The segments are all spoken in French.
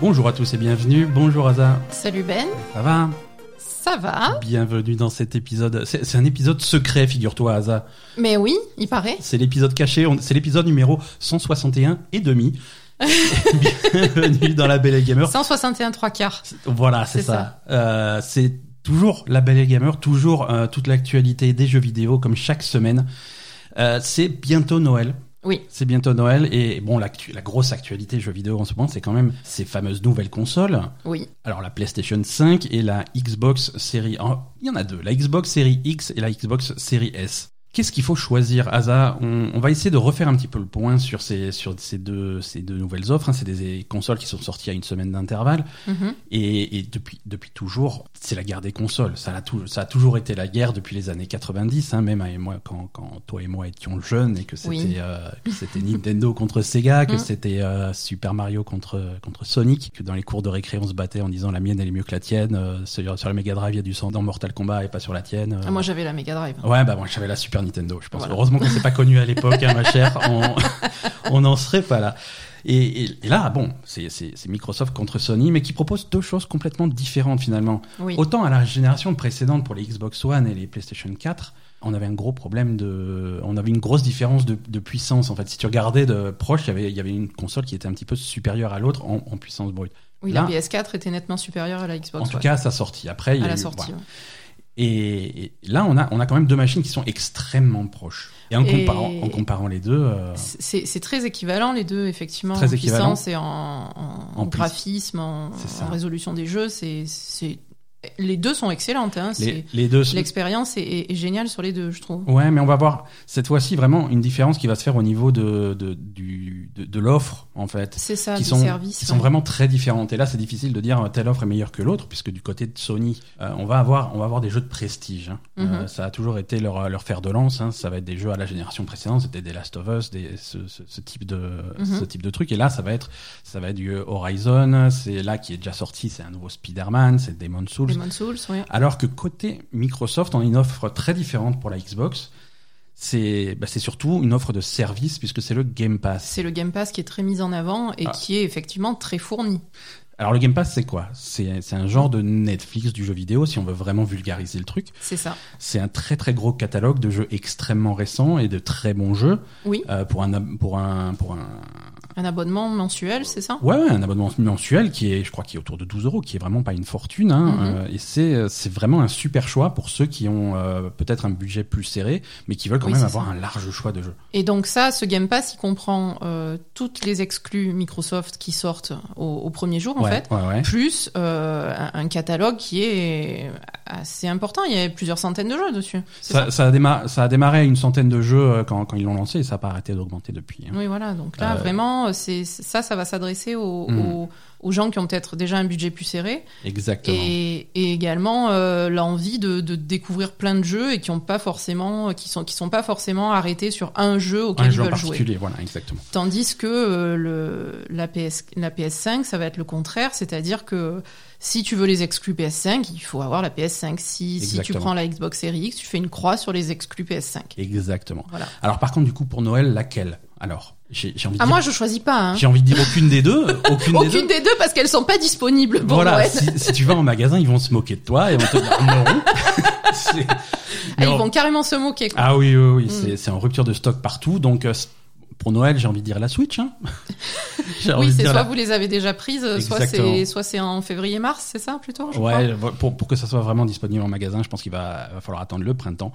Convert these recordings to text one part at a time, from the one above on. Bonjour à tous et bienvenue. Bonjour Aza. Salut Ben, Ça va ça va Bienvenue dans cet épisode. C'est c'est un épisode secret, figure-toi, Aza. Mais oui, il paraît. C'est l'épisode caché. On- C'est l'épisode numéro 161 et demi. bienvenue dans La Belle et le Gamer. 161 3 quarts. Voilà, c'est C'est ça. Euh, c'est toujours La Belle et le Gamer, toujours euh, toute l'actualité des jeux vidéo, comme chaque semaine. Euh, c'est bientôt Noël. Oui. C'est bientôt Noël et bon, l'actu- la grosse actualité jeux vidéo en ce moment, c'est quand même ces fameuses nouvelles consoles. Oui, Alors la PlayStation 5 et la Xbox série... oh, il y en a deux, la Xbox série X et la Xbox série S. Qu'est-ce qu'il faut choisir, Asa on, on va essayer de refaire un petit peu le point sur ces, sur ces, deux, ces deux nouvelles offres. hein. C'est des des consoles qui sont sorties à une semaine d'intervalle. mhm, Et, et depuis, depuis toujours, c'est la guerre des consoles. Ça, l'a tou- ça a toujours été la guerre depuis les années 90, hein, même à- et moi, quand, quand toi et moi étions jeunes et que c'était Oui. euh, que c'était Nintendo contre Sega, que Mm. c'était euh, Super Mario contre, contre Sonic, que dans les cours de récré, on se battait en disant la mienne, elle est mieux que la tienne. euh, sur, sur la Mega Drive, il y a du sang dans Mortal Kombat et pas sur la tienne. euh. Ah, moi j'avais la Mega Drive. Ouais, bah moi j'avais la Super Nintendo, je pense. Voilà. Heureusement qu'on s'est pas connu à l'époque, hein, ma chère. On on n'en serait pas là. Et, et- et là, bon, c'est c'est- c'est Microsoft contre Sony, mais qui propose deux choses complètement différentes finalement. Oui, Autant à la génération précédente pour les Xbox One et les PlayStation 4, on avait un gros problème de, on avait une grosse différence de, de puissance en fait. Si tu regardais de proche, il y avait- il y avait une console qui était un petit peu supérieure à l'autre en, en puissance brute. oui là- la PS4 était nettement supérieure à la En Xbox tout ouais, cas, à sa sortie. Après, il y à a la eu- sortie. voilà. ouais. Et, et là, on a, on a quand même deux machines qui sont extrêmement proches. Et en Et- comparant, en comparant les deux, euh, C'est c'est très équivalent les deux, effectivement, Très en équivalent. puissance et en, en- En en pli- graphisme, en, C'est ça. en résolution des jeux. c'est c'est- Les deux sont excellentes. hein, les, c'est- les deux sont- L'expérience est, est- est géniale sur les deux, je trouve. Ouais, mais on va voir cette fois-ci vraiment une différence qui va se faire au niveau de, de, du- de, de l'offre, en fait. C'est ça, Qui des sont, services. qui sont ouais. vraiment très différentes. Et là, c'est difficile de dire euh, telle offre est meilleure que l'autre, puisque du côté de Sony, euh, on, va avoir, on va avoir des jeux de prestige. hein. Mhm. Euh, ça a toujours été leur, euh, leur fer de lance. hein. Ça va être des jeux à la génération précédente, c'était des Last of Us, des, ce, ce- ce type de, Mhm. ce type de truc. Et là, ça va être, ça va être du Horizon, c'est là qui est déjà sorti, c'est un nouveau Spider-Man, c'est Demon's Souls. Demon's Souls, ouais. Alors que côté Microsoft, on a une offre très différente pour la Xbox. C'est bah, c'est surtout une offre de service puisque c'est le Game Pass. C'est le Game Pass qui est très mis en avant et Ah. qui est effectivement très fourni. Alors le Game Pass, c'est quoi C'est c'est un genre de Netflix du jeu vidéo, si on veut vraiment vulgariser le truc. C'est ça. C'est un très très gros catalogue de jeux extrêmement récents et de très bons jeux Oui. Euh, pour un ab- pour un pour un Un abonnement mensuel, c'est ça ouais, ouais, un abonnement mensuel qui est je crois qui est autour de 12 euros, qui est vraiment pas une fortune. hein. Mhm. Euh, et c'est c'est vraiment un super choix pour ceux qui ont euh, peut-être un budget plus serré, mais qui veulent quand Oui, même c'est avoir ça. un large choix de jeux. Et donc ça, ce Game Pass, il comprend euh, toutes les exclus Microsoft qui sortent au, au premier jour, en ouais, fait, ouais, ouais. plus euh, un, un catalogue qui est assez important. Il y a plusieurs centaines de jeux dessus. c'est Ça, ça a déma- ça a démarré à une centaine de jeux euh, quand, quand ils l'ont lancé et ça n'a pas arrêté d'augmenter depuis. hein. Oui, voilà. Donc là, Euh, vraiment, c'est ça, ça va s'adresser aux, Hmm. aux- aux gens qui ont peut-être déjà un budget plus serré Exactement. Mm. et, et également euh, l'envie de, de découvrir plein de jeux et qui ont pas forcément, qui sont, qui sont pas forcément arrêtés sur un jeu auquel un ils jeu en veulent jouer. particulier, voilà, exactement. Tandis que euh, le, la, PS, la PS5, ça va être le contraire, c'est-à-dire que si tu veux les exclus PS5, il faut avoir la PS5. Si, si tu Exactement. prends la Xbox Series X, tu fais une croix sur les exclus PS5. Exactement. Voilà. Alors par contre, du coup, pour Noël, laquelle Alors, j'ai j'ai envie, de Ah, dire- moi, je choisis pas. Hein. j'ai envie de dire aucune des deux. Aucune, des Aucune deux. des deux parce qu'elles sont pas disponibles pour Voilà, Noël. si, si tu vas en magasin, ils vont se moquer de toi et on te dire non. C'est- Ah, Mais on- Ils vont carrément se moquer. quoi. Ah oui, oui, oui, Mm. c'est- c'est en rupture de stock partout. Donc euh, c'est- pour Noël, j'ai envie de dire la Switch. Hein. J'ai envie oui, de c'est dire la- soit vous les avez déjà prises, soit Exactement. c'est soit c'est en février-mars, c'est ça plutôt je crois Ouais, pour, pour que ça soit vraiment disponible en magasin, je pense qu'il va, va falloir attendre le printemps.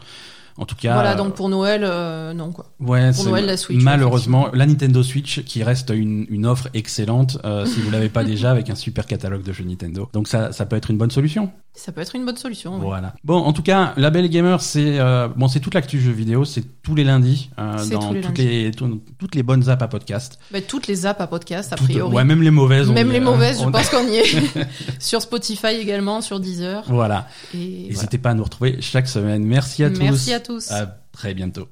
En tout cas, Voilà, donc pour Noël, euh, non quoi. ouais, pour c'est Noël, la Switch, malheureusement la Nintendo Switch qui reste une, une offre excellente euh, si vous l'avez pas déjà avec un super catalogue de jeux Nintendo. Donc ça, ça peut être une bonne solution. Ça peut être une bonne solution. oui. Voilà. Bon, en tout cas, la Belle Gamer, c'est euh, bon, c'est toute l'actu jeu vidéo, c'est tous les lundis euh, C'est dans tous les toutes lundis. les tout- toutes les bonnes apps à podcast. Bah, toutes les apps à podcast, a Toutes- priori. ouais, même les mauvaises. on Même y- les euh, mauvaises, je on- pense qu'on y est. sur Spotify également, sur Deezer. Voilà. Et voilà. N'hésitez pas à nous retrouver chaque semaine. Merci à tous. Merci à tous. À très bientôt.